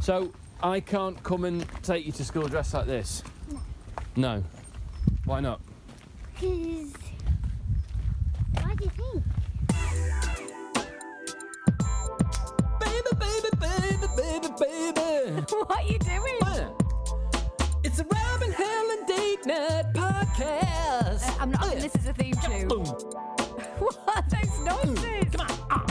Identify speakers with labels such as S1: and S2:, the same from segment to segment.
S1: So I can't come and take you to school dressed like this. No. Why not?
S2: Because. Why do you think?
S1: Baby, baby, baby, baby, baby.
S3: What are you doing?
S1: It's a Robin Helen date night podcast.
S3: I'm not. This is a theme tune.
S1: Boom.
S3: What? That's nonsense. Come on.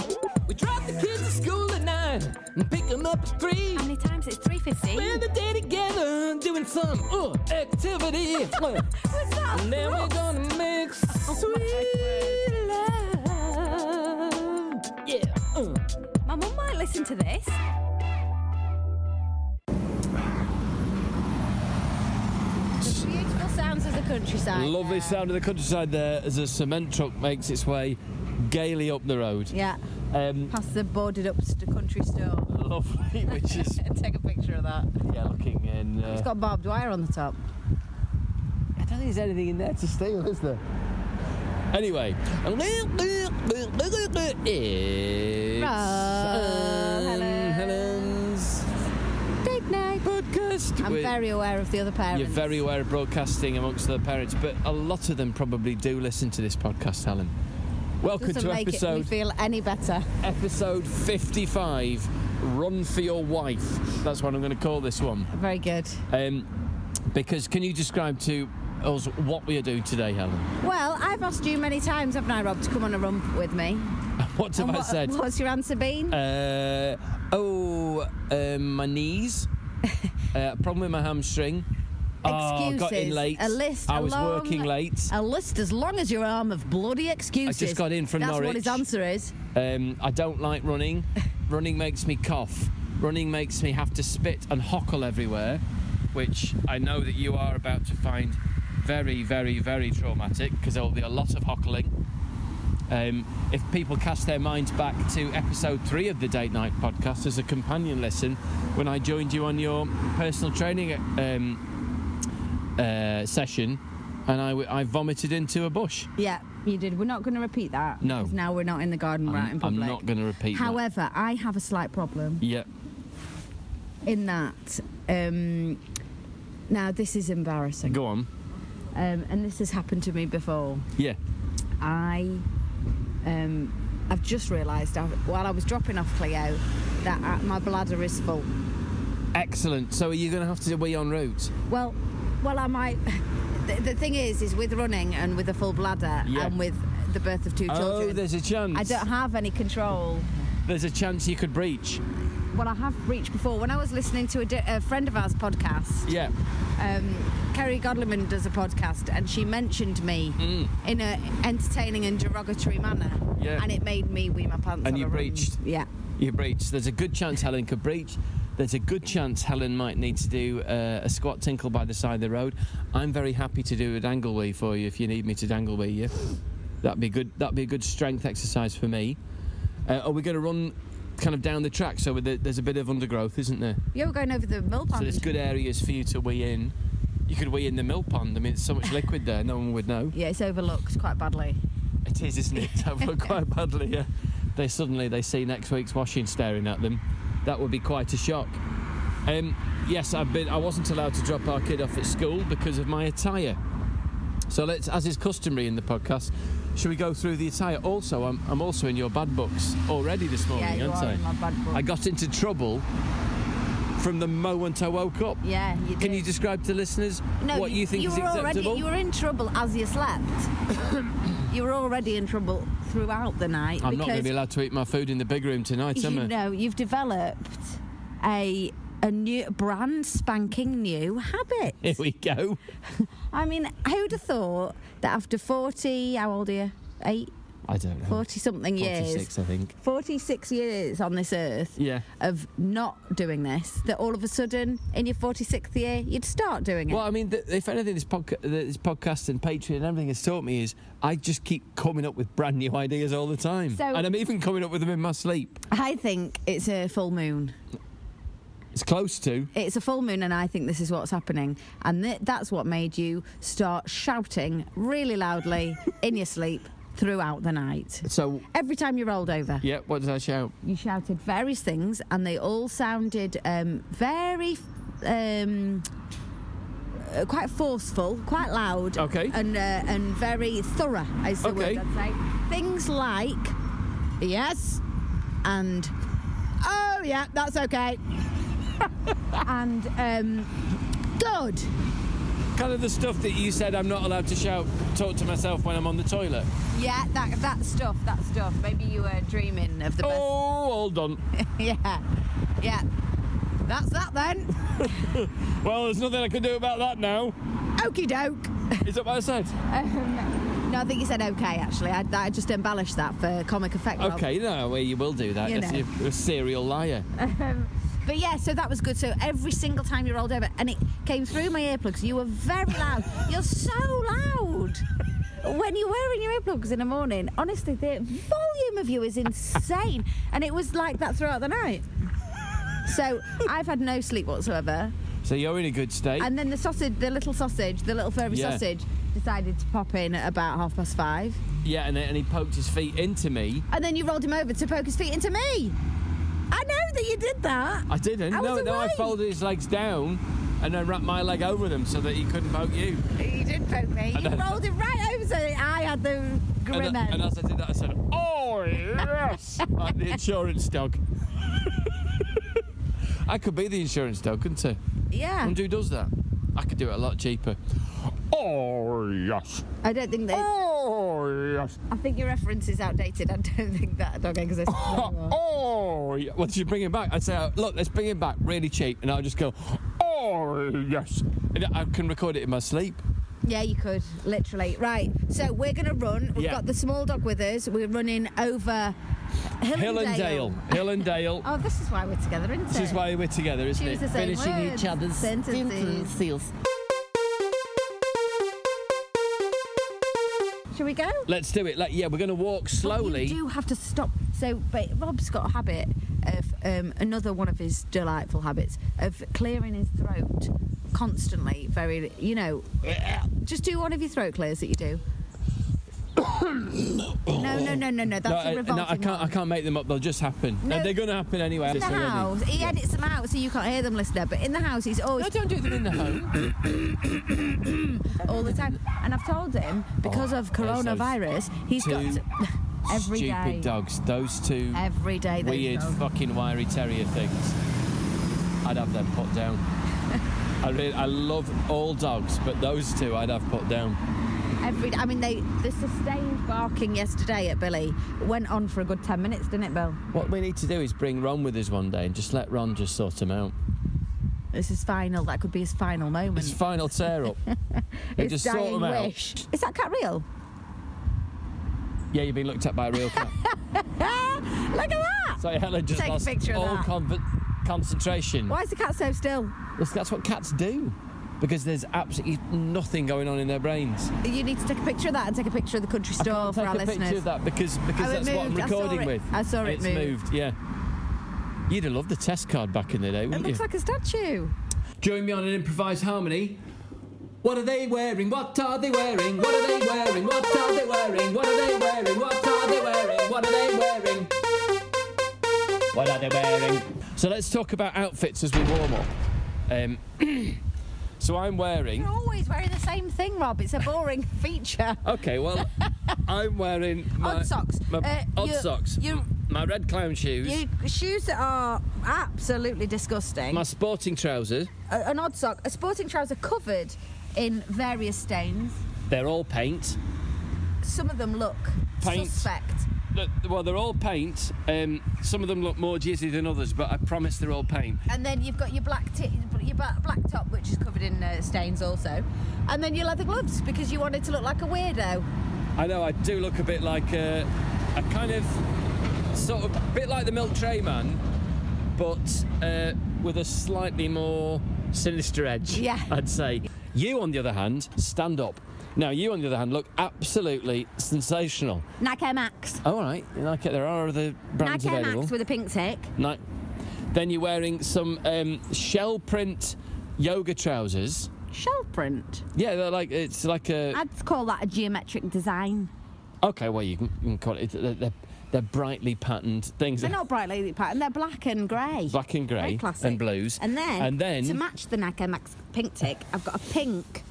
S1: We drop the kids at school at nine and pick them up at three.
S3: How many times? It's three fifty.
S1: Spend the day together doing some uh, activity.
S3: What's that?
S1: and then we're gonna make sweet love. Yeah. Uh.
S3: My mum might listen to this.
S4: Beautiful sounds of the countryside.
S1: Lovely sound of the countryside there as a cement truck makes its way gaily up the road.
S4: Yeah.
S1: Um,
S4: Past the boarded up st- country store.
S1: Oh. lovely, which is
S4: Take a picture of that.
S1: yeah, looking in. Uh,
S4: It's got barbed wire on the top.
S1: I don't think there's anything in there to steal, is there? Anyway, it's
S4: Rob
S1: Anne
S4: Helen.
S1: Helen's
S4: Big night.
S1: podcast.
S4: I'm
S1: with-
S4: very aware of the other parents.
S1: You're very aware of broadcasting amongst their parents, but a lot of them probably do listen to this podcast, Helen. Welcome
S4: Doesn't
S1: to
S4: make it me
S1: episode
S4: feel any better.
S1: episode 55 Run for Your Wife. That's what I'm going to call this one.
S4: Very good.
S1: Um, because can you describe to us what we are doing today, Helen?
S4: Well, I've asked you many times, haven't I, Rob, to come on a romp with me?
S1: What have
S4: and
S1: I
S4: what-
S1: said?
S4: What's your answer been?
S1: Uh, oh, um, my knees. uh, problem with my hamstring. Oh, got in
S4: Excuses.
S1: late.
S4: A list,
S1: I
S4: a
S1: was
S4: long-
S1: working late.
S4: a list as long as your arm of bloody excuses.
S1: got in from
S4: That's
S1: Norwich.
S4: what his answer is.
S1: Um, I don't like running. running makes me cough. Running makes me have to spit and hockle everywhere, which I know that you are about to find very, very, very traumatic because there will be a lot of hockling. Um, if people cast their minds back to episode three of the Date Night podcast as a companion lesson, when I joined you on your personal training um, uh, session, and I, w- I vomited into a bush.
S4: Yeah, you did. We're not going to repeat that.
S1: No.
S4: 'cause Now we're not in the garden, right? In
S1: I'm, I'm
S4: public.
S1: not going to repeat that.
S4: However, I have a slight problem
S1: Yeah.
S4: in that. Um, now this is embarrassing,
S1: Go on.
S4: um, and this has happened to me before.
S1: Yeah.
S4: I, um, I've just realised I- while I was dropping off Cleo that uh my bladder is full.
S1: Excellent. So are you going to have to wee en route?
S4: Well, well, I might. The, the thing is, is with running and with a full bladder
S1: Yeah.
S4: and with the birth of two children,
S1: Oh, there's a chance.
S4: I don't have any control.
S1: There's a chance you could breach.
S4: Well, I have reached before. When I was listening to a, di- a friend of ours podcast,
S1: Yeah.
S4: um, Kerry Godleman does a podcast, and she mentioned me in a entertaining and derogatory manner.
S1: Hmm. Yeah.
S4: And it made me wee my pants.
S1: And
S4: on
S1: you
S4: a run.
S1: breached.
S4: Yeah.
S1: You breach. There's a good chance Helen could breach. There's a good chance Helen might need to do uh, a squat tinkle by the side of the road. I'm very happy to do a dangle wee for you if you need me to dangle wee you. That'd be good. That'd be a good strength exercise for me. Uh, are we going to run kind of down the track? So with the, there's a bit of undergrowth, isn't there?
S4: Yeah, we're going over the mill
S1: So
S4: pond.
S1: there's good areas for you to wee in. You could wee in the mill pond. I mean, it's so much liquid there, no one would know.
S4: yeah, it's overlooked quite badly.
S1: It is, isn't it? I've got quite badly. Yeah. They suddenly they see next week's washing staring at them. That would be quite a shock. Um, yes, I've been. I wasn't allowed to drop our kid off at school because of my attire. So let's, as is customary in the podcast, should we go through the attire? Also, I'm, I'm also in your bad books already this morning,
S4: yeah, you
S1: aren't
S4: are
S1: I?
S4: in my bad book.
S1: I got into trouble from the moment I woke up.
S4: yeah, you
S1: Can
S4: did.
S1: you describe to listeners
S4: No,
S1: what you think
S4: you
S1: is
S4: were
S1: acceptable?
S4: already you were in trouble as you slept. you were already in trouble throughout the night.
S1: I'm not
S4: because
S1: going to be allowed to eat my food in the big room tonight, am I?
S4: you know you've developed a a new brand spanking new habit.
S1: Here we go.
S4: I mean, who'd have thought that after 40, how old are you? Eight,
S1: I don't know.
S4: 40 something years,
S1: I think.
S4: 46 years on this earth
S1: Yeah.
S4: of not doing this, that all of a sudden in your 46th year, you'd start doing it.
S1: Well, I mean, th- if anything, this, podca- this podcast and Patreon and everything has taught me is I just keep coming up with brand new ideas all the time.
S4: So-
S1: and I'm even coming up with them in my sleep.
S4: I think it's a full moon.
S1: It's close to.
S4: It's a full moon, and I think this is what's happening. And th- that's what made you start shouting really loudly in your sleep throughout the night.
S1: So,
S4: Every time you rolled over,
S1: yeah, what did I shout?
S4: you shouted various things, and they all sounded um, very. Um, uh, quite forceful, quite loud,
S1: Okay.
S4: and uh, and very thorough. Is the
S1: Okay.
S4: word I'd say. Things like yes, and oh yeah, that's okay, and um, good.
S1: Kind of the stuff that you said I'm not allowed to shout, talk to myself when I'm on the toilet.
S4: Yeah, that that stuff, that stuff. Maybe you were dreaming of the
S1: Oh,
S4: best.
S1: all done.
S4: yeah, yeah. That's that then.
S1: Well, there's nothing I can do about that now.
S4: Okie doke.
S1: Is that what I said?
S4: Um, no, I think you said okay. Actually, I, I just embellished that for comic effect. Rob.
S1: Okay, no, well, you will do that.
S4: You
S1: Yes,
S4: know.
S1: You're a serial liar.
S4: But yeah, so that was good. So every single time you rolled over, and it came through my earplugs. You were very loud. You're so loud. When you're wearing your earplugs in the morning, honestly, the volume of you is insane. And it was like that throughout the night. So I've had no sleep whatsoever.
S1: So you're in a good state.
S4: And then the sausage, the little sausage, the little furry
S1: Yeah.
S4: sausage, decided to pop in at about half past five.
S1: yeah, and, and he poked his feet into me.
S4: And then you rolled him over to poke his feet into me. I know that you did that.
S1: I didn't.
S4: I
S1: no,
S4: was
S1: no, I
S4: awake.
S1: folded his legs down and then wrapped my leg over them so that he couldn't poke you.
S4: You did poke me. You
S1: know.
S4: rolled it right over so that I had the grim
S1: And, uh,
S4: end.
S1: and as I did that, I said, "Oh yes!" like the insurance dog. I could be the insurance dog, couldn't I?
S4: yeah.
S1: And who does that? I could do it a lot cheaper. Oh yes!
S4: I don't think that.
S1: Oh yes!
S4: I think your reference is outdated. I don't think that dog exists anymore.
S1: Oh yes! Well, should bring him back. I'd say, uh, "Look, let's bring him back really cheap," and I'll just go, "Oh yes!" And I can record it in my sleep.
S4: Yeah, you could literally. Right. So we're gonna run. We've
S1: Yeah.
S4: got the small dog with us. We're running over Hill,
S1: Hill and Dale. Hill and Dale.
S4: Oh, this is why we're together, isn't
S1: This
S4: it?
S1: is why we're together, isn't
S4: Choose
S1: it?
S4: the same words, sentences.
S5: sentences.
S4: Shall we go?
S1: Let's do it. Like, yeah, we're going to walk
S4: But
S1: slowly.
S4: You do have to stop. So, but Rob's got a habit of um, another one of his delightful habits of clearing his throat constantly. Very, you know, just do one of your throat clears that you do. no, no, no, no, no. That's
S1: no,
S4: a
S1: I, no,
S4: revolting
S1: I can't. I
S4: one.
S1: can't make them up. They'll just happen.
S4: No.
S1: No, they're going to happen anyway.
S4: In the house, he edits them out so you can't hear them, listener. But in the house, he's always
S1: I don't do them in the home.
S4: all the time. And I've told him because
S1: Oh,
S4: of
S1: there's those
S4: coronavirus, he's got
S1: two
S4: to, every
S1: Stupid
S4: day,
S1: dogs. Those two
S4: every day. those
S1: weird
S4: dogs.
S1: fucking wiry terrier things. I'd have them put down. I really, I love all dogs, but those two I'd have put down.
S4: Every, I mean, they the sustained barking yesterday at Billy went on for a good ten minutes, didn't it, Bill?
S1: What we need to do is bring Ron with us one day and just let Ron just sort him out.
S4: This is final. That could be his final moment.
S1: His final tear up.
S4: Mm. His
S1: just sort
S4: dying
S1: him out.
S4: wish. Is that cat real?
S1: Yeah, you're being looked at by a real cat.
S4: Ah, look at that!
S1: So Helen just
S4: Take a
S1: lost
S4: picture of
S1: all
S4: that.
S1: conv- concentration.
S4: Why is the cat so still?
S1: That's, that's what cats do. Because there's absolutely nothing going on in their brains.
S4: You need to take a picture of that and take a picture of the country store Oh, for
S1: Take
S4: our
S1: a
S4: listeners.
S1: picture of that because because
S4: Oh, it
S1: that's what I'm
S4: moved. I saw
S1: recording
S4: it-
S1: with.
S4: I saw it
S1: it's
S4: moved.
S1: moved. Yeah. You'd have loved the test card back in the day,
S4: It
S1: wouldn't you?
S4: looks like a statue.
S1: Join me on an improvised harmony. What are they wearing? What are they wearing? What are they wearing? What are they wearing? What are they wearing? What are they wearing? What are they wearing? What are they wearing? So let's talk about outfits as we warm up. Um, so I'm wearing.
S4: You're always wearing the same thing, Rob. It's a boring feature.
S1: Okay, well, I'm wearing my,
S4: Odd socks.
S1: My
S4: Uh,
S1: odd
S4: you-
S1: socks.
S4: you-
S1: my red clown shoes.
S4: You shoes that are absolutely disgusting.
S1: my sporting trousers.
S4: a- an odd sock, a sporting trouser covered in various stains.
S1: They're all paint.
S4: Some of them look
S1: Paint.
S4: suspect.
S1: Look, Well, they're all paint. Um, some of them look more jizzy than others, but I promise they're all paint.
S4: And then you've got your black t- your ba- black top, which is covered in uh, stains also. And then your leather gloves because you wanted to look like a weirdo.
S1: I know I do look a bit like a, a kind of sort of bit like the milk tray man, but uh, with a slightly more sinister edge.
S4: Yeah.
S1: I'd say. You, on the other hand, stand up. Now, you, on the other hand, look absolutely sensational.
S4: Nike Max.
S1: Oh, All right, like there are other brands
S4: Nike
S1: available.
S4: Max with a pink tick.
S1: Ni- Then you're wearing some um, shell print yoga trousers.
S4: Shell print.
S1: Yeah, they're like it's like a
S4: I'd call that a geometric design.
S1: Okay, well, you can, you can call it. They're, they're, they're brightly patterned things.
S4: They're not bright lady pattern. They're black and grey.
S1: black and
S4: Very
S1: grey
S4: classic.
S1: and blues.
S4: And then,
S1: and then
S4: to match the Nike Max pink tick, I've got a pink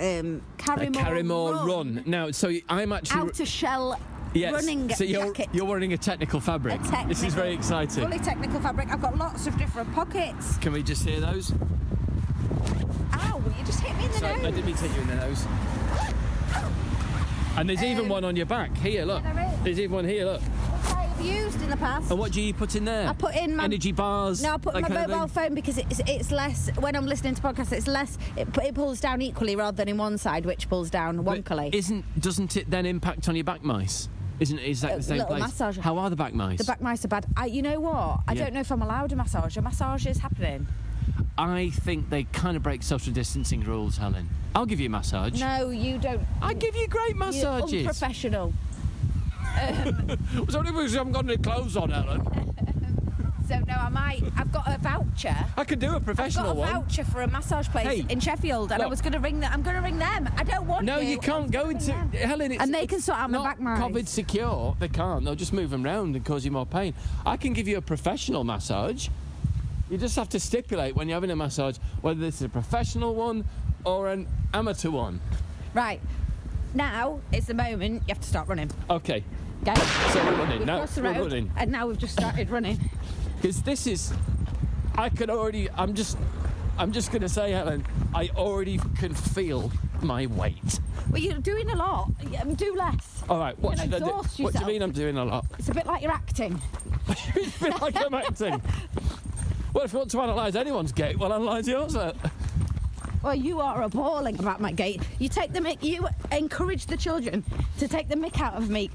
S4: um,
S1: a
S4: Carrymore,
S1: Carrymore run. Now, so I'm actually
S4: outer shell
S1: yes,
S4: running
S1: so you're,
S4: jacket.
S1: You're wearing a technical fabric.
S4: A
S1: This is
S4: technical-
S1: very exciting.
S4: Fully technical fabric. I've got lots of different pockets.
S1: Can we just hear those?
S4: Ow! You just hit me in the
S1: Sorry, I
S4: nose.
S1: didn't mean to hit you in the nose. And there's even
S4: Um,
S1: one on your back. Here, look.
S4: there is.
S1: There's even one here, look.
S4: I've used in the past.
S1: And what do you put in there?
S4: I put in my
S1: energy bars.
S4: No, I put
S1: that
S4: my
S1: kind of
S4: mobile
S1: thing?
S4: phone because it's it's less when I'm listening to podcasts. It's less. It, pu- it pulls down equally rather than in one side, which pulls down
S1: But
S4: wonkily.
S1: Isn't doesn't it then impact on your back mice? Isn't is that
S4: A
S1: the same
S4: little
S1: place?
S4: massage.
S1: How are the back mice?
S4: the back mice are bad. I, you know what? I
S1: Yeah.
S4: don't know if I'm allowed a massage. A massage is happening.
S1: I think they kind of break social distancing rules, Helen. I'll give you a massage.
S4: No, you don't.
S1: I give you great
S4: You're
S1: massages.
S4: unprofessional.
S1: It's only because you haven't got any clothes on, Helen.
S4: So no, I might. I've got a voucher.
S1: I can do a professional
S4: got a
S1: one.
S4: voucher for a massage place
S1: Hey,
S4: in Sheffield, and I
S1: look.
S4: was going to ring them. I'm going to ring them. I don't want
S1: No,
S4: you.
S1: you, can't go into Helen. It's,
S4: And they can
S1: it's
S4: sort out my
S1: not
S4: back mice.
S1: COVID secure. They can't. They'll just move them round and cause you more pain. I can give you a professional massage. You just have to stipulate when you're having a massage whether this is a professional one or an amateur one.
S4: Right. Now is the moment. You have to start running.
S1: Okay,
S4: Okay.
S1: so we're running
S4: We've
S1: now.
S4: crossed the
S1: We're
S4: road,
S1: running
S4: and now we've just started running.
S1: because this is. I can already. I'm just. I'm just going to say, Helen. I already can feel my weight.
S4: Well, you're doing a lot. Yeah, Do less.
S1: All right, what
S4: You're
S1: should I do?
S4: exhaust
S1: What do you
S4: yourself.
S1: mean I'm doing a lot?
S4: It's a bit like you're acting.
S1: It's been like I'm acting. Well, if you want to analyse anyone's gait, well, analyse yours. uh.
S4: Well, you are appalling about my gait. You take the mic. You encourage the children to take the mick out of me,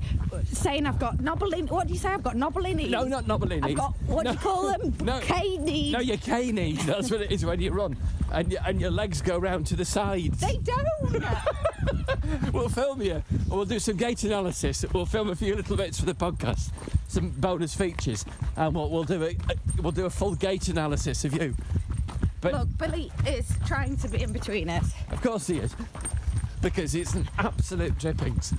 S4: saying I've got knobbling. What do you say? I've got knobbling.
S1: No, not not
S4: I've
S1: Bellini.
S4: got what do you call them?
S1: No.
S4: K-knees.
S1: No, your cane knees. That's what it is when you run, and your, and your legs go round to the sides.
S4: They don't.
S1: We'll film you, and we'll do some gait analysis. We'll film a few little bits for the podcast, some bonus features, and we'll, we'll do a we'll do a full gait analysis of you. But
S4: Look, Billy is trying to be in between us.
S1: Of course he is. Because it's an absolute drippings.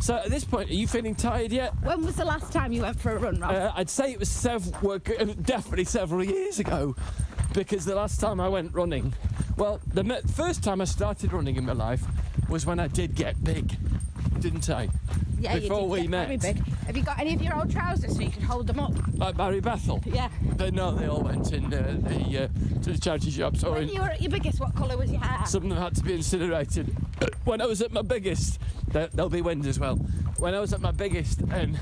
S1: So at this point, are you feeling tired yet?
S4: When was the last time you went for a run, Rob?
S1: Uh, I'd say it was sev- were- uh, definitely several years ago. Because the last time I went running, well, the me- first time I started running in my life was when I did get big, didn't I?
S4: yeah,
S1: before
S4: you did
S1: we
S4: get
S1: met.
S4: Very big. Have you got any of your old trousers so you can hold them up?
S1: Like Barry Bethel.
S4: Yeah.
S1: They, no, they all went in uh, the, uh, to the charity shops or
S4: When
S1: in,
S4: you were at your biggest, what colour was your hair?
S1: Some of them had to be incinerated. when I was at my biggest, there, there'll be wind as well. When I was at my biggest, um,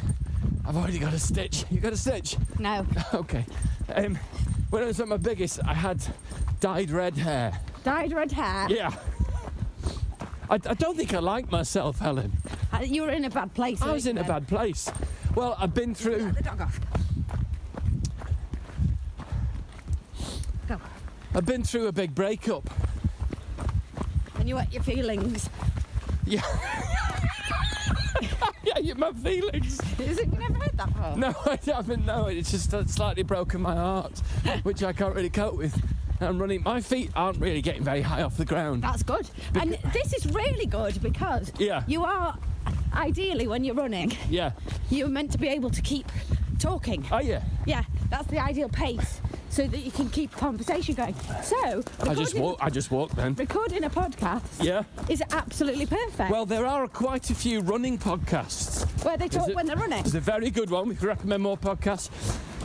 S1: I've already got a stitch. You got a stitch?
S4: no.
S1: Okay. Um, when I was at my biggest, I had dyed red hair.
S4: Dyed red hair.
S1: Yeah. I, I don't think I like myself, Helen.
S4: Uh, You were in a bad place.
S1: I was in a bad place. Well, I've been through.
S4: Let the dog off. Go.
S1: I've been through a big breakup.
S4: And you hurt your feelings.
S1: Yeah. yeah, you my feelings.
S4: Is it? You never heard that Oh. before.
S1: No, I haven't. No, it's just uh, slightly broken my heart, which I can't really cope with. I'm running. My feet aren't really getting very high off the ground.
S4: That's good. And this is really good because
S1: Yeah.
S4: you are ideally when you're running,
S1: Yeah.
S4: you're meant to be able to keep talking.
S1: Oh yeah.
S4: Yeah, that's the ideal pace so that you can keep conversation going. So
S1: I just
S4: recording-
S1: walk. I just walk then.
S4: Recording a podcast
S1: Yeah.
S4: is absolutely perfect.
S1: Well, there are quite a few running podcasts.
S4: where they talk
S1: it-
S4: when they're running.
S1: There's a very good one. We can recommend more podcasts.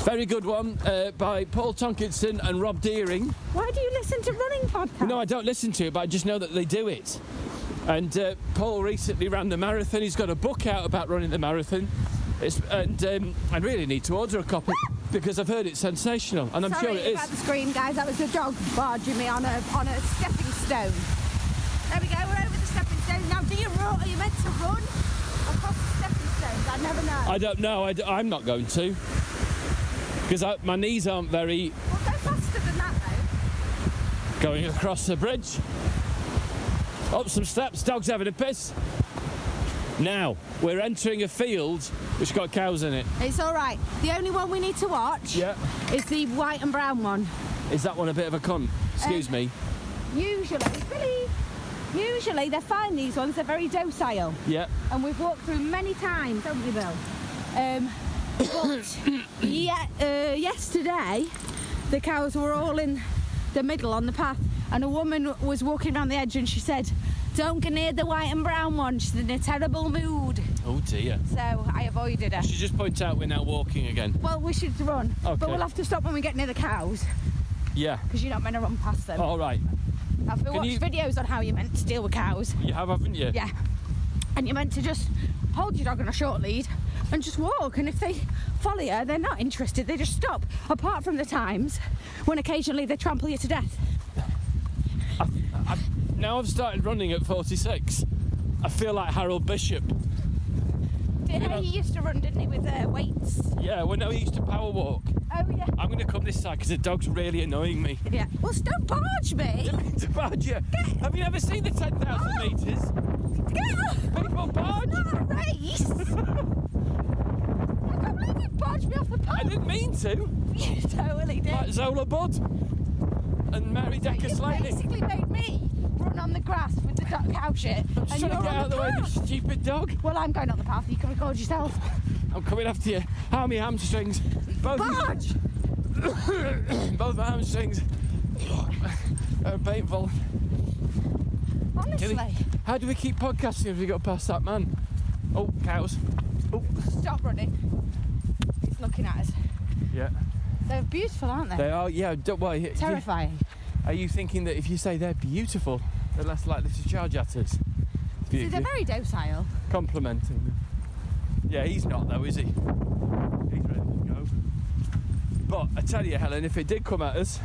S1: Very good one uh, by Paul Tonkinson and Rob Deering.
S4: Why do you listen to running podcasts?
S1: No, I don't listen to it, but I just know that they do it. And uh, Paul recently ran the marathon. He's got a book out about running the marathon. It's, and um, I really need to order a copy because I've heard it's sensational, and I'm
S4: Sorry
S1: sure it
S4: about the
S1: is.
S4: screen, guys. That was the dog barging me on a on a stepping stone. There we go. We're over the stepping stone now. Do you run? Are you meant to run across the stepping stones? I never know.
S1: I don't know. I, am not going to because my knees aren't very
S4: We'll go faster than that though.
S1: going across the bridge. Up some steps. Dog's having a piss. Now we're entering a field which got cows in it.
S4: It's all right. The only one we need to watch
S1: Yeah.
S4: is the white and brown one.
S1: Is that one a bit of a con? Excuse me.
S4: Usually, Billy. Usually they're fine. These ones. They're very docile.
S1: Yeah.
S4: and we've walked through many times, haven't we, Bill? Um, but yeah, uh, yesterday the cows were all in the middle on the path, and a woman w- was walking around the edge, and she said, "Don't go near the white and brown one. She's in a terrible mood."
S1: Oh dear.
S4: So I avoided her.
S1: I should just point out we're now walking again.
S4: Well, we should run,
S1: Okay.
S4: but we'll have to stop when we get near the cows
S1: Yeah.
S4: because you're not meant to run past them.
S1: All right.
S4: I've been
S1: Oh, can
S4: watched
S1: you-
S4: videos on how you're meant to deal with cows.
S1: You have, haven't you?
S4: Yeah. And you're meant to just hold your dog on a short lead and just walk. And if they follow you, they're not interested. They just stop. Apart from the times when occasionally they trample you to death.
S1: Now I've started running at 46. I feel like Harold Bishop.
S4: Did he used to run, didn't he, with uh, weights?
S1: Yeah, when I used to power walk.
S4: Oh yeah.
S1: I'm going to come this side because the dog's really annoying me.
S4: Yeah. Well, don't barge me.
S1: It's about you. Have you ever seen the 10,000 metres?
S4: Get off.
S1: People barge.
S4: Not a race. I can't believe you barged me off the
S1: I
S4: path.
S1: didn't mean to.
S4: You totally did.
S1: Like Zola Bud and Mary Decker
S4: you
S1: Slaney.
S4: basically made me run on the grass with the duck cow shit.
S1: Just trying to get out of the way of this stupid dog.
S4: Well, I'm going on the path. You can record yourself.
S1: I'm coming after you. How many hamstrings?
S4: Oh,
S1: Both,
S4: Barge!
S1: both my hamstrings are painful.
S4: Honestly,
S1: Kelly. How do we keep podcasting if we got past that man? Oh, cows.
S4: stop running. It's looking at us.
S1: Yeah.
S4: They're beautiful, aren't they?
S1: They are, yeah. Don't, why, you-
S4: Terrifying.
S1: are you thinking that if you say they're beautiful, they're less likely to charge at us?
S4: See, they're very docile.
S1: complimenting them. Yeah, he's not though, is he? He's ready to go. But I tell you, Helen, if it did come at us,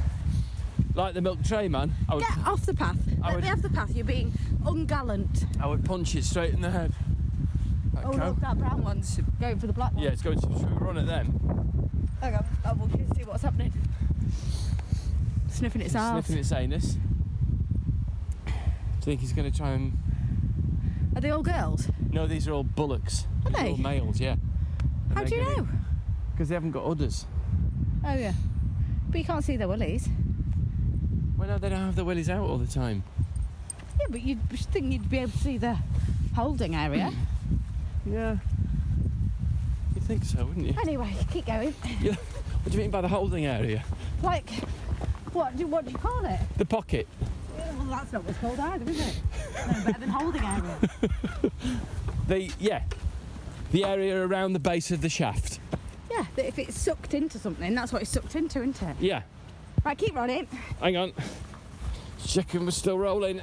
S1: like the milk tray man, I would,
S4: Get off the path.
S1: I
S4: Let
S1: would-
S4: me off the path. You're being ungallant.
S1: I would punch it straight in the head. That
S4: Oh,
S1: cow.
S4: look, that brown one's going for the black one.
S1: Yeah, it's going to should we run at them.
S4: Hang on, I'll walk in and see what's happening. Sniffing its
S1: He's
S4: arse.
S1: sniffing its anus. Do you think he's going to try and?
S4: Are they all girls?
S1: No, these are all bullocks.
S4: Are
S1: These
S4: they?
S1: all males, yeah.
S4: How do you know?
S1: Because they haven't got udders.
S4: Oh, yeah. But you can't see their willies.
S1: Well, no, they don't have their willies out all the time.
S4: Yeah, but you'd think you'd be able to see the holding area.
S1: Yeah. You'd think so, wouldn't you?
S4: anyway, keep going.
S1: Yeah. What do you mean by the holding area?
S4: Like, what do, what do you call it?
S1: The pocket.
S4: Well, that's not what it's called either, is it? No, better than holding area.
S1: The yeah. The area around the base of the shaft.
S4: Yeah, that if it's sucked into something, that's what it's sucked into, isn't it?
S1: Yeah.
S4: Right, keep running.
S1: Hang on. Checking we're still rolling.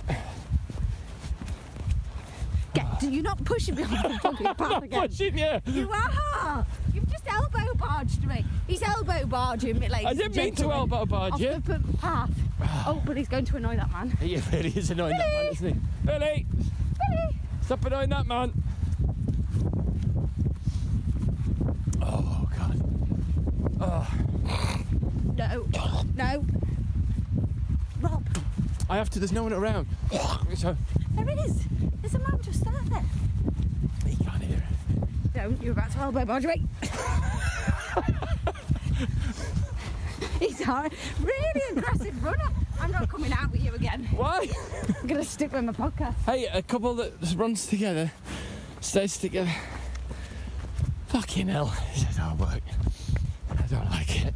S4: Get, do you not pushing me off the fucking path again?
S1: Pushing you.
S4: You are! You've just elbow barged me. He's elbow barging me, ladies
S1: I didn't
S4: and
S1: mean to
S4: gentlemen.
S1: elbow barge
S4: Off
S1: you.
S4: the p- path. oh, but he's going to annoy that man.
S1: He really is annoying that man, isn't he? Billy!
S4: Billy!
S1: Stop annoying that man. Oh god. Oh,
S4: No, no. Rob,
S1: I have to there's no one around. So
S4: there it is. There's a man just sat there.
S1: he can't hear it.
S4: Don't, you're about to elbow barge me. He's a really aggressive runner. I'm not coming out with you again.
S1: Why?
S4: I'm going to stick with my podcast.
S1: Hey, a couple that runs together stays together. Fucking hell, it don't work. I don't like it.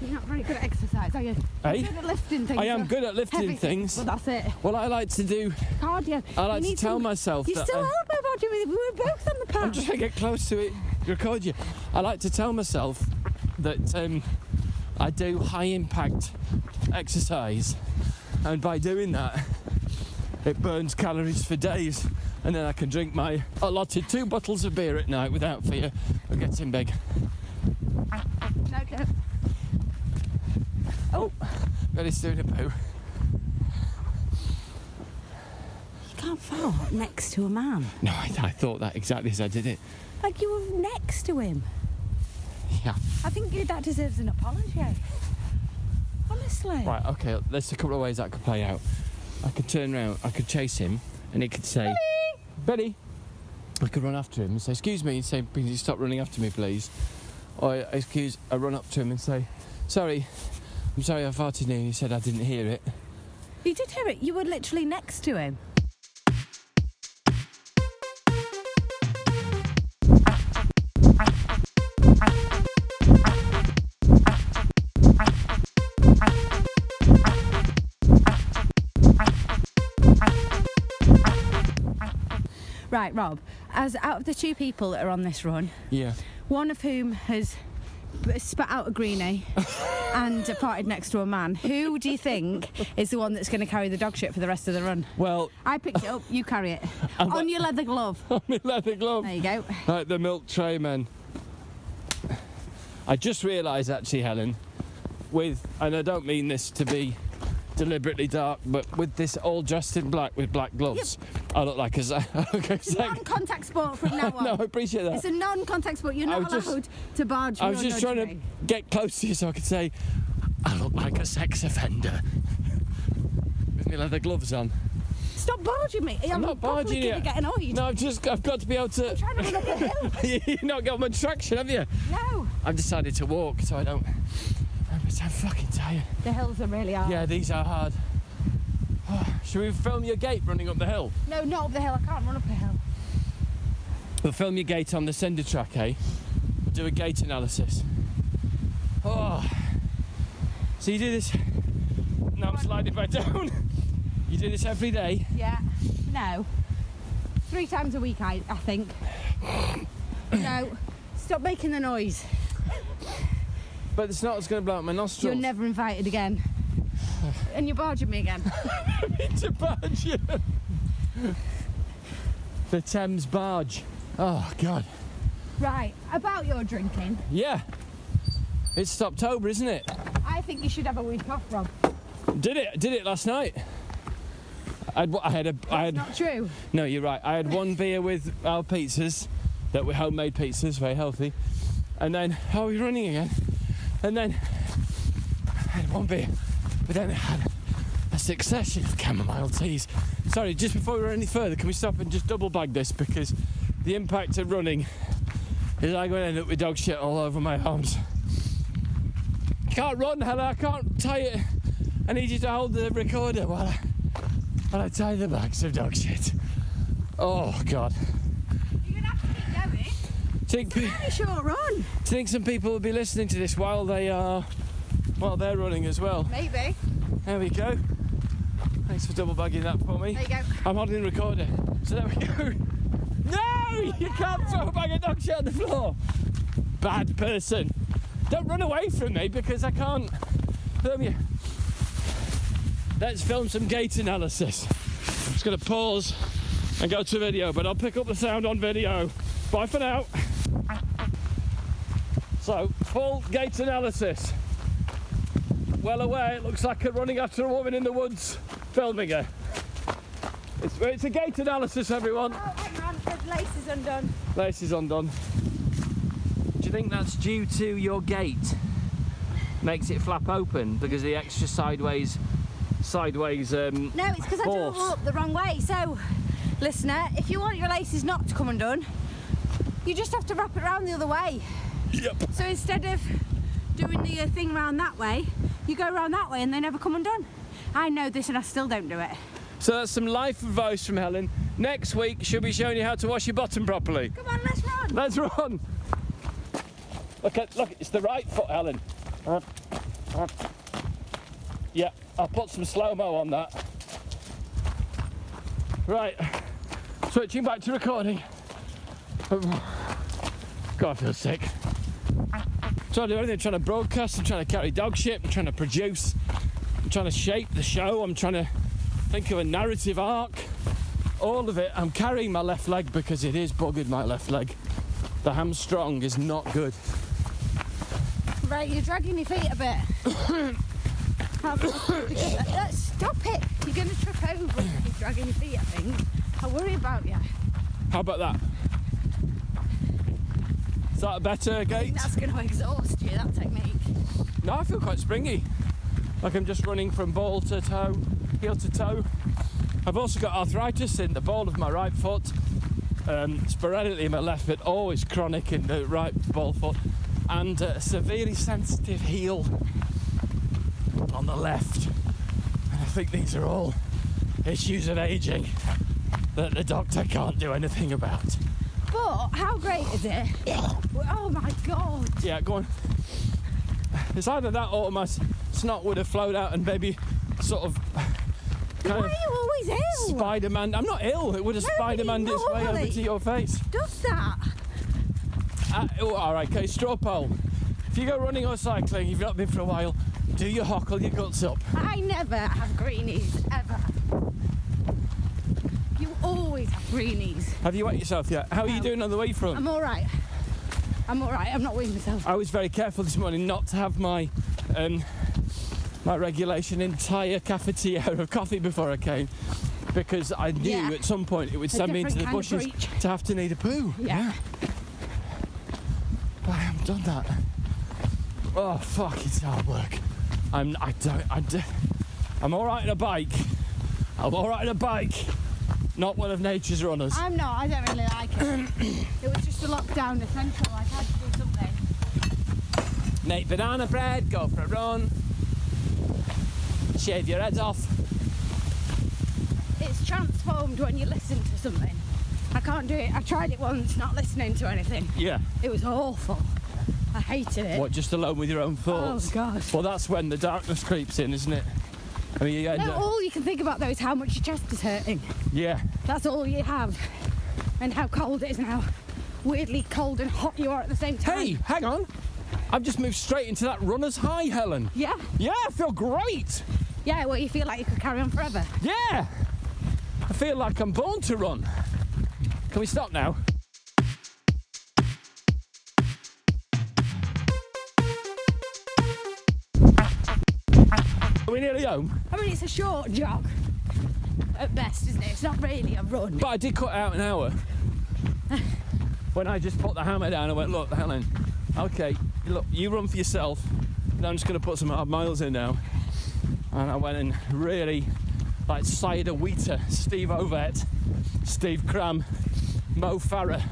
S4: You're not very good at exercise, are you?
S1: Hey?
S4: You're good at lifting things.
S1: I am
S4: though.
S1: good at lifting
S4: Heavy-
S1: things.
S4: Well, that's it.
S1: What I like to do,
S4: Cardio.
S1: I like to
S4: You need
S1: tell
S4: some-
S1: myself
S4: You're
S1: that
S4: still
S1: I-
S4: elbow barging me. We were both on the path.
S1: I'm just gonna get close to it, record you. I like to tell myself that um, I do high impact exercise, and by doing that, it burns calories for days, and then I can drink my allotted two bottles of beer at night without fear of getting big.
S4: No, no.
S1: Very soon, a poo.
S4: You can't fart next to a man.
S1: No, I, I thought that exactly as I did it.
S4: Like you were next to him.
S1: Yeah.
S4: I think your dad deserves an apology. Honestly.
S1: Right, okay, there's a couple of ways that could play out. I could turn round, I could chase him, and he could say, Benny! I could run after him and say, Excuse me, and say, Can you stop running after me, please? Or, Excuse, I run up to him and say, Sorry, I'm sorry I farted near you. He said, I didn't hear it.
S4: You did hear it. You were literally next to him. Right, Rob, as out of the two people that are on this run,
S1: Yeah.
S4: one of whom has b- spat out a greenie and parted next to a man, who do you think is the one that's going to carry the dog shit for the rest of the run?
S1: Well,
S4: I picked it up, you carry it. on your leather glove.
S1: I'm in leather glove.
S4: There you go.
S1: Like the milk tray men. I just realised actually, Helen, with, and I don't mean this to be deliberately dark, but with this all dressed in black with black gloves, I look like a za- like a
S4: Non
S1: Zag.
S4: contact sport from now on.
S1: No, I appreciate that.
S4: It's a non contact sport. You're
S1: I
S4: not
S1: was just-
S4: allowed to barge.
S1: I was
S4: nor
S1: just
S4: nudge
S1: trying to
S4: me.
S1: get close to you so I could say, I look like a sex offender. With my leather gloves on.
S4: Stop barging me. I'm,
S1: not barging
S4: you.
S1: you.
S4: getting annoyed.
S1: No, I've just, I've got to be able to.
S4: Trying to run up a hill.
S1: You've not got much traction, have you?
S4: No.
S1: I've decided to walk so I don't. I'm just- I'm fucking tired.
S4: The hills are really hard.
S1: Yeah, these are hard. Should we film your gait running up the hill?
S4: No, not up the hill. I can't run up a hill.
S1: We'll film your gait on the cinder track, eh? We'll do a gait analysis. Oh. So you do this. Now I'm sliding back down. You do this every day.
S4: Yeah. No. Three times a week, I, I think. no. Stop making the noise.
S1: But it's not, it's going to blow out my nostrils.
S4: You're never invited again. and you're barging me again.
S1: to barge you. The Thames barge. Oh, God.
S4: right. About your drinking,
S1: Yeah. It's October, isn't it?
S4: I think you should have a week off, Rob.
S1: Did it? Did it last night? I'd, I had a. I had.
S4: Not true.
S1: No, you're right. I had one beer with our pizzas, that were homemade pizzas, very healthy. And then, oh, we're running again. And then I had one beer, but then I had a succession of chamomile teas. Sorry, just before we run any further, can we stop and just double bag this because the impact of running is I'm going to end up with dog shit all over my arms. I can't run, Helen. I can't tie it. I need you to hold the recorder while I, while I tie the bags of dog shit. Oh God.
S4: You're gonna have to keep going.
S1: Think, pe-
S4: It's your run.
S1: think some people will be listening to this while they are while they're running as well.
S4: Maybe.
S1: There we go. Thanks for double bagging that for me.
S4: There you go.
S1: I'm holding the recorder. So there we go. No! You can't throw a bag of dog shit on the floor. Bad person. Don't run away from me because I can't film you. Let's film some gait analysis. I'm just going to pause and go to video, but I'll pick up the sound on video. Bye for now. So, full gait analysis. Well away, it looks like I'm running after a woman in the woods, filming her. It's, it's a gait analysis, everyone.
S4: Oh, hang on. The lace is undone.
S1: Lace is undone. Do you think that's due to your gait? Makes it flap open because of the extra sideways, sideways. Um,
S4: No, it's because I do it
S1: Horse.
S4: all up the wrong way. So, listener, if you want your laces not to come undone, you just have to wrap it round the other way.
S1: yep.
S4: So instead of doing the uh, thing round that way, you go round that way and they never come undone. I know this and I still don't do it.
S1: So that's some life advice from Helen. Next week, she'll be showing you how to wash your bottom properly.
S4: Come on, let's run.
S1: Let's run. Look at look, it's the right foot, Helen. Yeah, I'll put some slow mo on that. Right, switching back to recording. God, I feel sick. Trying to do everything. I'm trying to broadcast. I'm trying to carry dog shit. I'm trying to produce. I'm trying to shape the show. I'm trying to think of a narrative arc all of it. I'm carrying my left leg because it is buggered my left leg. The hamstrung is not good.
S4: Right, you're dragging your feet a bit. Uh, Stop it. You're going to trip over if you keep dragging your feet, I think. I worry about you.
S1: How about that? Is that a better gait?
S4: That's going to exhaust you, that technique.
S1: No, I feel quite springy. Like I'm just running from ball to toe, heel to toe. I've also got arthritis in the ball of my right foot, um, sporadically in my left, but always chronic in the right ball foot, and a severely sensitive heel on the left. And I think these are all issues of aging that the doctor can't do anything about.
S4: But how great is it? Oh my god!
S1: Yeah, go on. It's either that or my s- snot would have flowed out and maybe sort of kind
S6: Why
S1: of
S6: are you always ill?
S1: Spider Man. I'm not ill. It would have
S6: Nobody
S1: Spider Maned its way over
S6: normally-
S1: to your face.
S6: Does that?
S1: Ah, oh, all right, okay, straw poll. If you go running or cycling, you've not been for a while, do your hockle your guts up.
S6: I never have greenies ever.
S4: You always have greenies.
S1: Have you wet yourself yet? How are you doing on the way front?
S4: I'm all right. I'm all right. I'm not weighing myself.
S1: I was very careful this morning not to have my um, my regulation entire cafetiere of coffee before I came because I knew
S4: Yeah.
S1: at some point it would send me into the
S4: different kind of
S1: bushes
S4: breach.
S1: to have to need a poo.
S4: Yeah.
S1: But I haven't done that. Oh fuck, it's hard work. I'm I don't I do, I'm all right on a bike. I'm all right on a bike. Not one of nature's runners.
S4: I'm not. I don't really like it. it was just a lockdown essential. I had to do something.
S1: Make banana bread, go for a run, shave your head off.
S4: It's transformed when you listen to something. I can't do it. I tried it once, not listening to anything.
S1: Yeah.
S4: It was awful. I hated it.
S1: What, just alone with your own thoughts?
S4: Eh. Oh, God.
S1: Well, that's when the darkness creeps in, isn't it? I mean, you end
S4: No,
S1: up.
S4: all you can think about though is how much your chest is hurting.
S1: Yeah.
S4: That's all you have. And how cold it is and how weirdly cold and hot you are at the same time.
S1: Hey, hang on. I've just moved straight into that runner's high, Helen.
S4: Yeah,
S1: Yeah, I feel great.
S4: yeah, well, you feel like you could carry on forever.
S1: Yeah. I feel like I'm born to run. Can we stop now? Are we nearly home?
S4: I mean, it's a short jog at best, isn't it? It's not really a run.
S1: But I did cut out an hour when I just put the hammer down. I went, look, Helen, okay, look, you run for yourself. And I'm just going to put some hard miles in now. And I went and really, like Cider Wheater, Steve Ovett, Steve Cram, Mo Farah,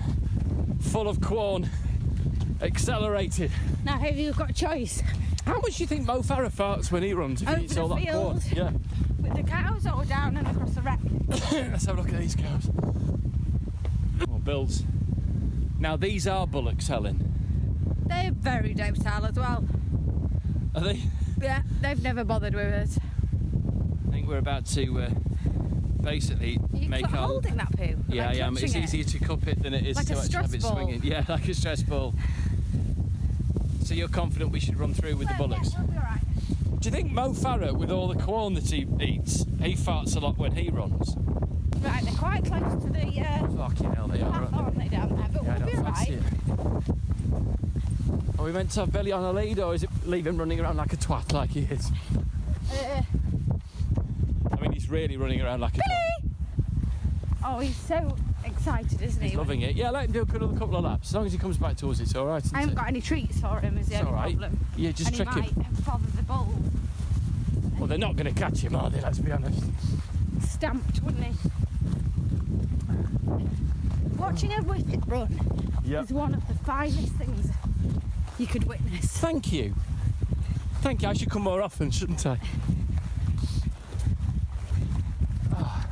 S1: full of corn, accelerated.
S4: Now, have you got a choice
S1: How much do you think Mo Farah farts when he runs if
S4: Over
S1: he eats
S4: the
S1: all that corn?
S4: field.
S1: Yeah.
S4: with the cows or down and across the wreck?
S1: Let's have a look at these cows. Or bills. Now these are bullocks, Helen.
S4: They're very docile as well.
S1: Are they?
S4: Yeah, they've never bothered with us.
S1: I think we're about to uh, basically
S4: You
S1: make
S4: keep
S1: our.
S4: holding that poo.
S1: Yeah,
S4: like
S1: I am. It's
S4: touching it.
S1: easier to cup it than it is
S4: Like
S1: to
S4: a
S1: actually have it
S4: stress ball.
S1: swinging. Yeah, like a stress ball. So you're confident we should run through with the
S4: Well, yeah,
S1: bullocks?
S4: we'll be all right.
S1: Do you think Mo Farah, with all the corn that he eats, he farts a lot when he runs?
S4: Right, they're quite close to the uh,
S1: Fucking hell, they are. aren't
S4: path, aren't they, down there? But
S1: they? Yeah, I
S4: we'll be
S1: don't
S4: all
S1: fancy
S4: right.
S1: it. Are we meant to have Billy on a lead, or is it leave him running around like a twat like he is?
S4: Uh,
S1: I mean, he's really running around like a dog.
S4: oh, he's so excited, isn't he?
S1: He's loving it. Yeah, let him do a couple, couple of laps. As long as he comes back towards it, it's all right. Isn't
S4: I haven't
S1: it?
S4: got any treats for him, is the
S1: It's
S4: only
S1: all right.
S4: problem.
S1: Yeah, just
S4: and
S1: trick
S4: he
S1: him.
S4: might bother the ball.
S1: Well, they're not going to catch him, are they? Let's be honest.
S4: Stamped, wouldn't he? Watching a whippet run
S1: Yep.
S4: is one of the finest things you could witness.
S1: Thank you. Thank you. I should come more often, shouldn't I? Ah.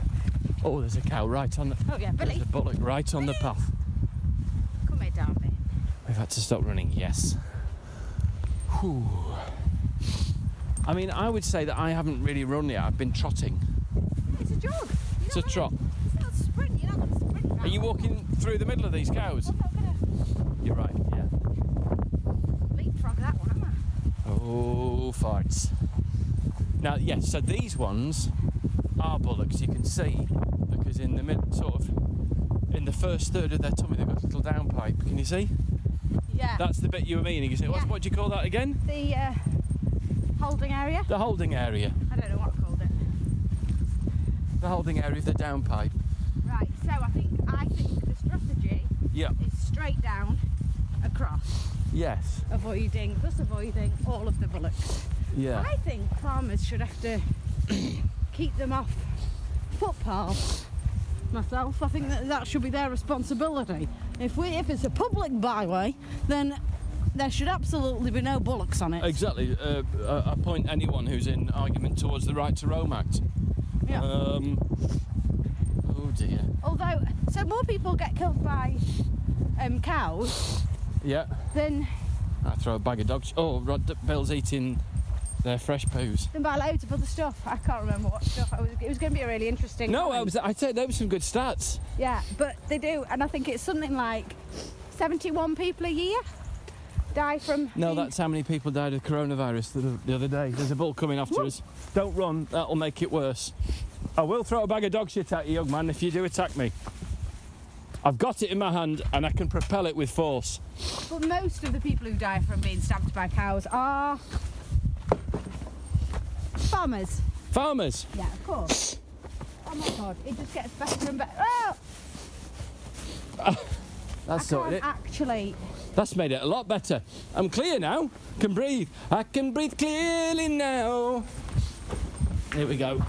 S1: Oh, there's a cow right on the.
S4: Oh yeah,
S1: There's
S4: Billy,
S1: a bullock right on the path.
S4: come here, darling.
S1: We've had to stop running, yes. Whew. I mean, I would say that I haven't really run yet. I've been trotting.
S6: It's a jog. You're not
S1: It's a
S6: gonna-
S1: trot.
S6: It's not a sprint. You're not going to sprint.
S1: Are you walking through the middle of these cows?
S6: I'm not going
S1: You're right, yeah.
S6: to leapfrog that one, am I?
S1: Oh, farts. Now, yes, so these ones are bullocks, you can see, because in the mid, sort of, in the first third of their tummy, they've got a little down pipe. Can you see?
S4: Yeah.
S1: That's the bit you were meaning, is it? What,
S4: Yeah.
S1: what do you call that again?
S4: the uh, holding area.
S1: The holding area.
S4: I don't know what I called it.
S1: The holding area of the down pipe.
S4: Right. So I think I think the strategy
S1: Yeah.
S4: is straight down, across,
S1: Yes.
S4: avoiding, thus avoiding all of the bullocks.
S1: Yeah.
S4: I think farmers should have to keep them off footpaths. Myself, I think that that should be their responsibility. If we, if it's a public byway, then there should absolutely be no bullocks on it.
S1: Exactly. Uh, I I point anyone who's in argument towards the Right to Roam Act.
S4: Yeah.
S1: Um, oh dear.
S4: Although, so more people get killed by um, cows
S1: Yeah.
S4: than
S1: I throw a bag of dog. Sh- oh, Rod Bell's eating They're fresh poos.
S4: Then buy loads of other stuff. I can't remember what stuff. I was, it was going to be a really interesting.
S1: No,
S4: time.
S1: I was. I said those were some good stats.
S4: Yeah, but they do, and I think it's something like 71 people a year die from.
S1: No,
S4: heat.
S1: that's how many people died of coronavirus the, the other day. There's a bull coming after us. Don't run. That'll make it worse. I will throw a bag of dog shit at you, young man, if you do attack me. I've got it in my hand and I can propel it with force.
S4: But most of the people who die from being stabbed by cows are farmers.
S1: Farmers,
S4: Yeah, of course. Oh my god, it just gets better and better. Oh,
S1: that's
S4: I can't
S1: sorted it.
S4: actually.
S1: That's made it a lot better. I'm clear now. Can breathe. I can breathe clearly now. Here we go.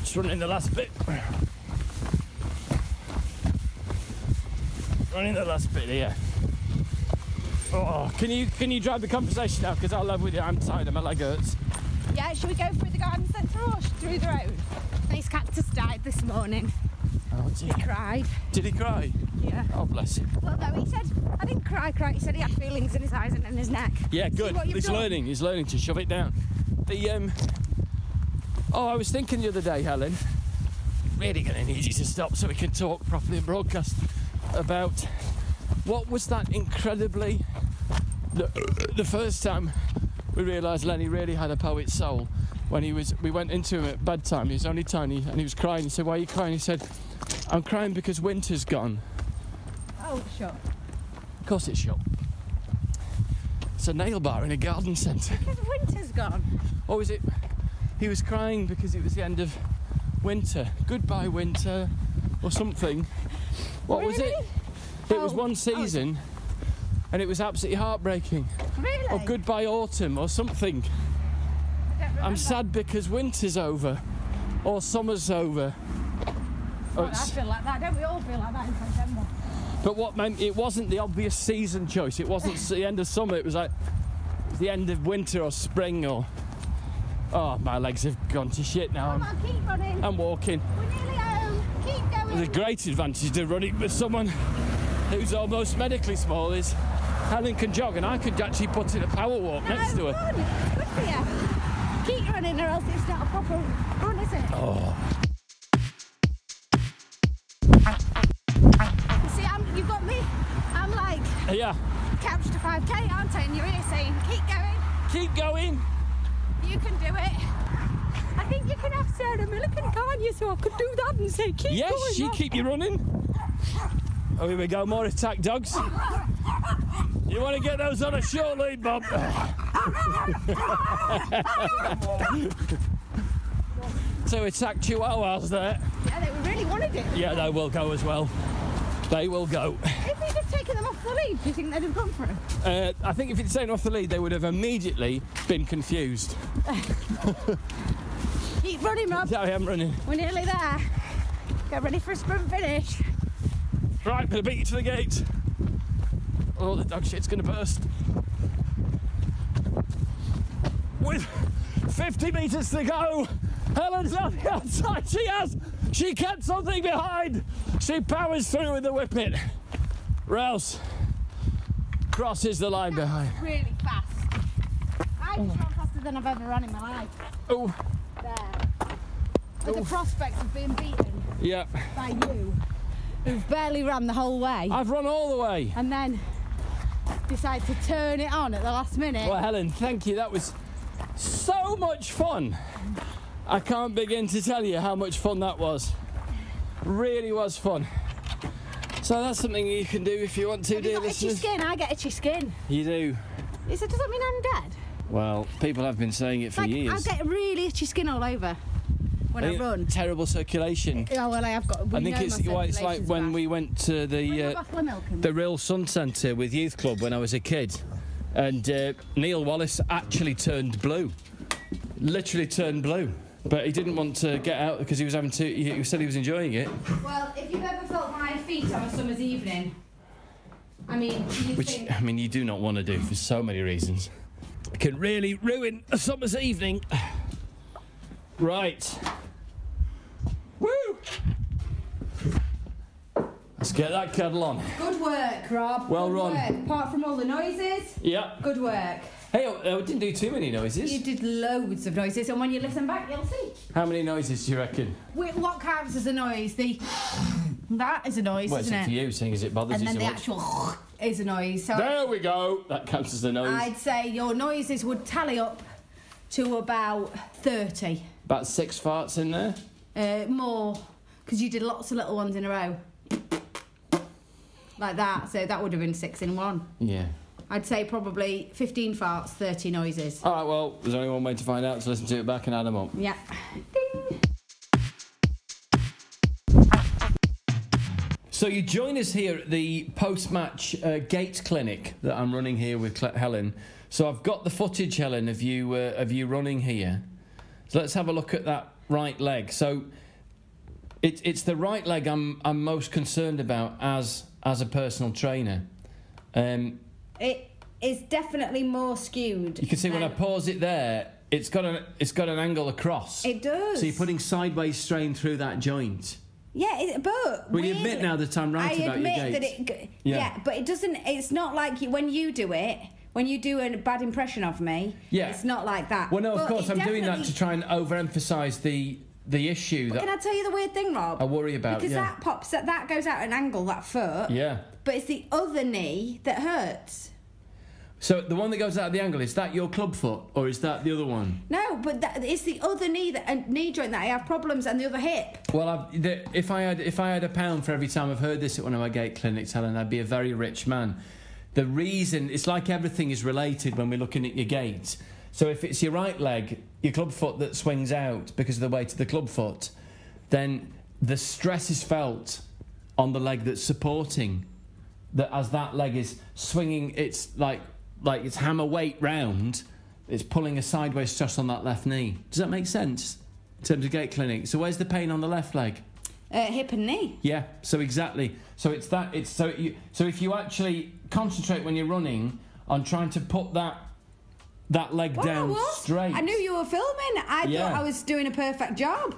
S1: Just running the last bit. Running the last bit here. Oh, can you can you drive the conversation now? Because I'll level with you. I'm tired. and My leg hurts.
S4: Yeah, should we go through the garden centre or sh- through the road? These cactus died this morning.
S1: Oh, dear.
S4: Cried.
S1: Did he cry?
S4: Yeah.
S1: Oh, bless him.
S4: Well, though, he said, I didn't cry, cry. He said he had feelings in his eyes and in his neck.
S1: Yeah, good.
S4: what you've
S1: He's
S4: done?
S1: learning. He's learning to shove it down. The um. Oh, I was thinking the other day, Helen. Really going to need you to stop so we can talk properly and broadcast about what was that incredibly. The, the first time we realised Lenny really had a poet's soul when he was. We went into him at bedtime. He was only tiny and he was crying. He said, "Why are you crying?" He said, "I'm crying because winter's gone."
S4: Oh, sure.
S1: Of course it's shut. It's a nail bar in a garden centre.
S4: Because winter's gone.
S1: Or was it he was crying because it was the end of winter? Goodbye, winter, or something. What was it?
S4: Really?
S1: It was
S4: Oh,
S1: one
S4: oh, it's-
S1: season and it was absolutely heartbreaking.
S4: Really?
S1: Or goodbye, autumn, or something.
S4: I don't remember.
S1: I'm sad because winter's over, or summer's over. Oh,
S4: God, I
S1: it's-
S4: feel like that. Don't we all feel like that in September?
S1: But what meant it wasn't the obvious season choice. It wasn't the end of summer. It was like it was the end of winter or spring or. Oh, my legs have gone to shit now.
S4: Come
S1: I'm,
S4: on, keep running.
S1: I'm walking.
S4: We're nearly home. Keep going.
S1: The great advantage to running with someone who's almost medically small is Helen can jog, and I could actually put in a power walk
S4: No,
S1: next to her.
S4: run. It's Good for you. Keep running, or else it's not a proper run, is it? Oh. See, I'm, you've got me. I'm like
S1: Yeah,
S4: couch to 5k, aren't I? And you're here saying, keep going.
S1: keep going.
S4: You can do it. I think you can have Sarah Millican, can't you? So I could do that and say, keep
S1: Yes,
S4: going.
S1: she
S4: on."
S1: keep you running. Oh, here we go, more attack dogs. You want to get those on a short lead, Bob? Two attack chihuahuas there.
S4: Yeah, they really wanted it.
S1: Yeah, they will go as well. They will go.
S4: If we'd have taken them off the lead, do you think they'd have gone for it?
S1: Uh, I think if you'd taken off the lead, they would have immediately been confused.
S4: Keep running, Rob.
S1: Yeah, I am running.
S4: We're nearly there. Get ready for a sprint finish.
S1: Right, gonna beat you to the gate. Oh, the dog shit's gonna burst. With 50 metres to go, Helen's on the outside. She has. She kept something behind. She powers through with the whippet. Rouse crosses the line behind.
S4: Really fast. I've run faster than I've ever run in my life.
S1: Oh,
S4: There. With the prospect of being beaten
S1: yeah.
S4: by you, who've barely run the whole way,
S1: I've run all the way.
S4: and then decide to turn it on at the last minute.
S1: Well, Helen, thank you. That was so much fun. I can't begin to tell you how much fun that was. Really was fun. So that's something you can do if you want to,
S4: Have you
S1: dear
S4: got itchy
S1: listeners.
S4: skin? I get itchy skin.
S1: You do.
S4: He said, does that mean I'm dead?
S1: Well, people have been saying it for
S4: like, I
S1: years.
S4: get really itchy skin all over when I,
S1: They-
S4: run.
S1: Terrible circulation.
S4: Oh, well, I have got. We
S1: I think
S4: know
S1: it's
S4: my
S1: well, it's like
S4: circulation's
S1: when
S4: bad.
S1: we went to
S4: Can we
S1: the
S4: have a
S1: uh,
S4: bottle of milk and
S1: the Real Sun Centre with Youth Club when I was a kid, and uh, Neil Wallace actually turned blue, literally turned blue. But he didn't want to get out because he was having to. He he said he was enjoying it.
S7: Well, if you've ever felt my feet on a summer's evening, I mean, you
S1: Which, I mean, you do not want to do for so many reasons. It can really ruin a summer's evening. Right. Woo! Let's get that kettle on.
S7: good work, Rob.
S1: Well
S7: Good
S1: run.
S7: work. Apart from all the noises,
S1: Yeah.
S7: good work.
S1: Hey, I didn't do too many noises.
S4: You did loads of noises, and when you listen back, you'll see.
S1: How many noises do you reckon?
S4: Wait, what counts as a noise? The that is a noise,
S1: Well, it's
S4: isn't
S1: up
S4: it?
S1: to you, seeing as it bothers
S4: And
S1: you
S4: then
S1: so
S4: the
S1: much.
S4: actual is a noise. So
S1: There we go. That counts as a noise.
S4: I'd say your noises would tally up to about thirty,
S1: About six farts in there.
S4: uh, more, because you did lots of little ones in a row, like that. So that would have been six in one.
S1: Yeah.
S4: I'd say probably fifteen farts, thirty noises.
S1: All right. Well, there's only one way to find out. So listen to it back and add them up.
S4: Yeah.
S1: So you join us here at the post-match uh, gate clinic that I'm running here with Cle- Helen. So I've got the footage, Helen, of you uh, of you running here. So let's have a look at that right leg. So it's it's the right leg I'm I'm most concerned about as as a personal trainer. Um,
S4: It is definitely more skewed.
S1: you can see when I
S4: than-
S1: pause it there, it's got an it's got an angle across.
S4: It does.
S1: So you're putting sideways strain through that joint.
S4: Yeah, it, but
S1: Will you admit
S4: weirdly-
S1: now that I'm right
S4: I
S1: about your
S4: admit
S1: gait?
S4: that it. g-
S1: Yeah.
S4: Yeah. but it doesn't. It's not like you, when you do it. When you do a bad impression of me,
S1: Yeah.
S4: it's not like that.
S1: Well, no, of
S4: But
S1: course I'm
S4: it
S1: doing that
S4: definitely-
S1: to try and overemphasise the the issue that
S4: Can I tell you the weird thing, Rob?
S1: I worry about,
S4: because
S1: yeah.
S4: that pops that that goes out at an angle that foot.
S1: Yeah.
S4: But it's the other knee that hurts.
S1: So the one that goes out of the angle is that your club foot or is that the other one?
S4: No, but that, it's the other knee that and knee joint that I have problems, and the other hip.
S1: Well, I've, the, if I had if I had a pound for every time I've heard this at one of my gate clinics, Helen, I'd be a very rich man. The reason it's like everything is related when we're looking at your gait. So if it's your right leg, your club foot that swings out because of the weight of the club foot, then the stress is felt on the leg that's supporting. That as that leg is swinging, it's like like it's hammer weight round. It's pulling a sideways stress on that left knee. Does that make sense? In terms of gait clinic. So where's the pain on the left leg?
S4: Uh, hip and knee.
S1: Yeah. So exactly. So it's that. It's so. You, so if you actually concentrate when you're running on trying to put that that leg
S4: Well,
S1: down
S4: I was.
S1: straight.
S4: I knew you were filming. I
S1: Yeah.
S4: thought I was doing a perfect job.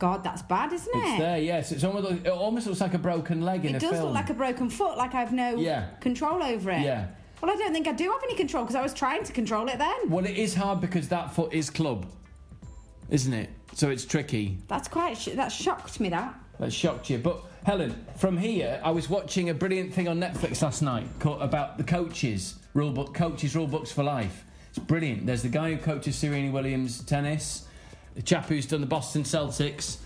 S4: God, that's bad, isn't it?
S1: It's there. Yes. It's almost. It almost looks like a broken leg in
S4: It
S1: a
S4: does
S1: film.
S4: look like a broken foot, like I've no
S1: Yeah.
S4: control over it.
S1: Yeah.
S4: Well, I don't think I do have any control because I was trying to control it then.
S1: Well, it is hard because that foot is club, isn't it? So it's tricky.
S4: That's quite sh- that shocked me. That
S1: That uh, shocked you. But Helen, from here, I was watching a brilliant thing on Netflix last night co- about the coaches rulebook, coaches rulebooks for life. It's brilliant. There's the guy who coaches Serena Williams tennis, the chap who's done the Boston Celtics,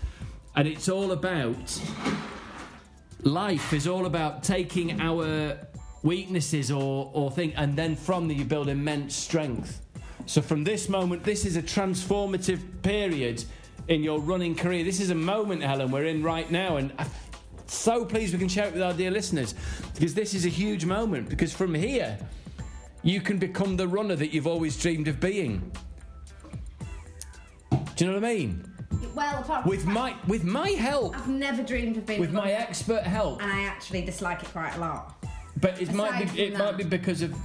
S1: and it's all about life is all about taking our weaknesses or or thing and then from there you build immense strength so from this moment this is a transformative period in your running career this is a moment helen we're in right now and i'm so pleased we can share it with our dear listeners because this is a huge moment because from here you can become the runner that you've always dreamed of being do you know what i mean
S4: well, apart
S1: with my with my help
S4: I've never dreamed of being
S1: with my expert help
S4: and I actually dislike it quite a lot.
S1: But it might
S4: Aside
S1: be it
S4: from
S1: might
S4: that.
S1: be because of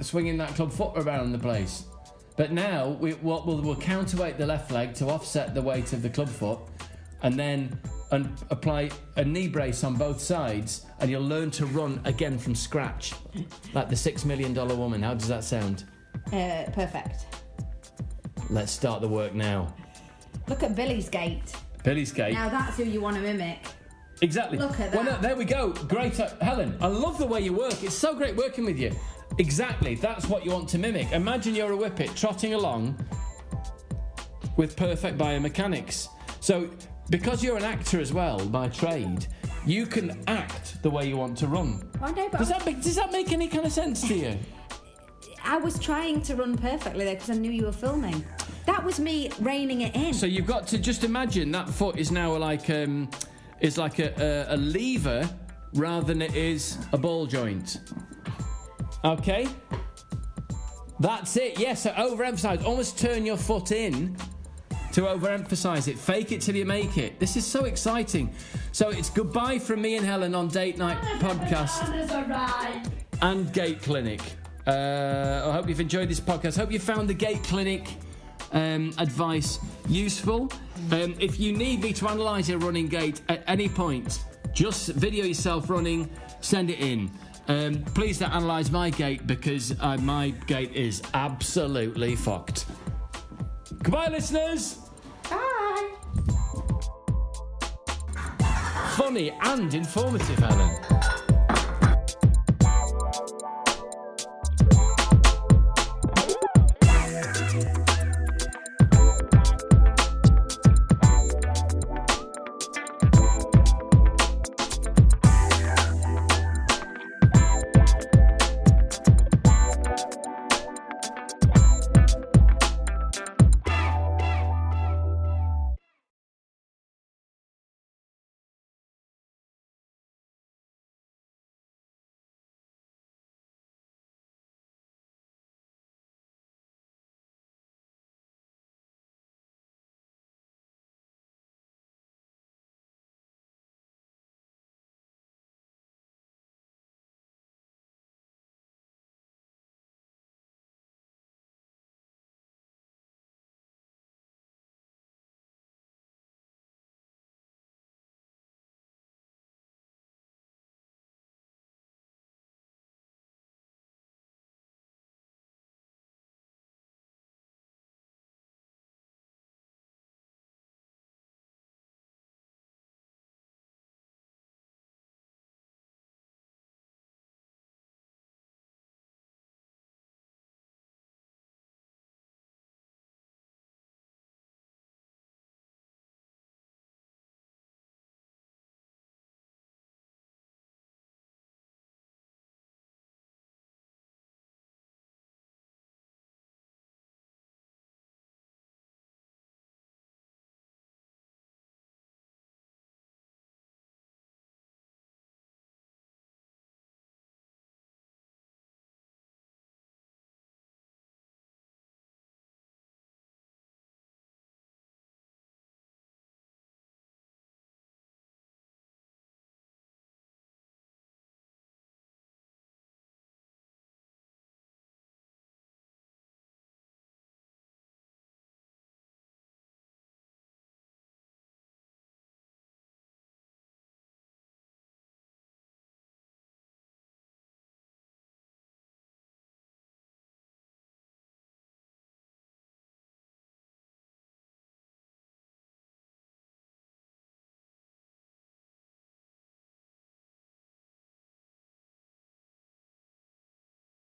S1: swinging that club foot around the place. But now we what we'll, we'll counterweight the left leg to offset the weight of the club foot, and then and apply a knee brace on both sides, and you'll learn to run again from scratch, like the six million dollar woman. How does that sound?
S4: Uh, perfect.
S1: Let's start the work now.
S4: Look at Billy's gait.
S1: Billy's gate.
S4: Now that's who you want to mimic.
S1: Exactly.
S4: Look at
S1: Well,
S4: that.
S1: no, there we go. Great, uh, Helen. I love the way you work. It's so great working with you. Exactly. That's what you want to mimic. Imagine you're a whippet trotting along with perfect biomechanics. So, because you're an actor as well by trade, you can act the way you want to run.
S4: I know, but
S1: Does that make, does that make any kind of sense to you?
S4: I was trying to run perfectly there because I knew you were filming. That was me reining it in.
S1: So you've got to just imagine that foot is now like um, is like a, a, a lever rather than it is a ball joint. Okay. That's it. Yes, so overemphasize. Almost turn your foot in to overemphasize it. Fake it till you make it. This is so exciting. So it's goodbye from me and Helen on Date Night Podcast and Gate Clinic. Uh, I hope you've enjoyed this podcast. Hope you found the Gate Clinic um, advice useful. Um, if you need me to analyse your running gait at any point, just video yourself running, send it in. Um, please don't analyse my gate because uh, my gate is absolutely fucked. Goodbye, listeners. Bye. Funny and informative, Helen.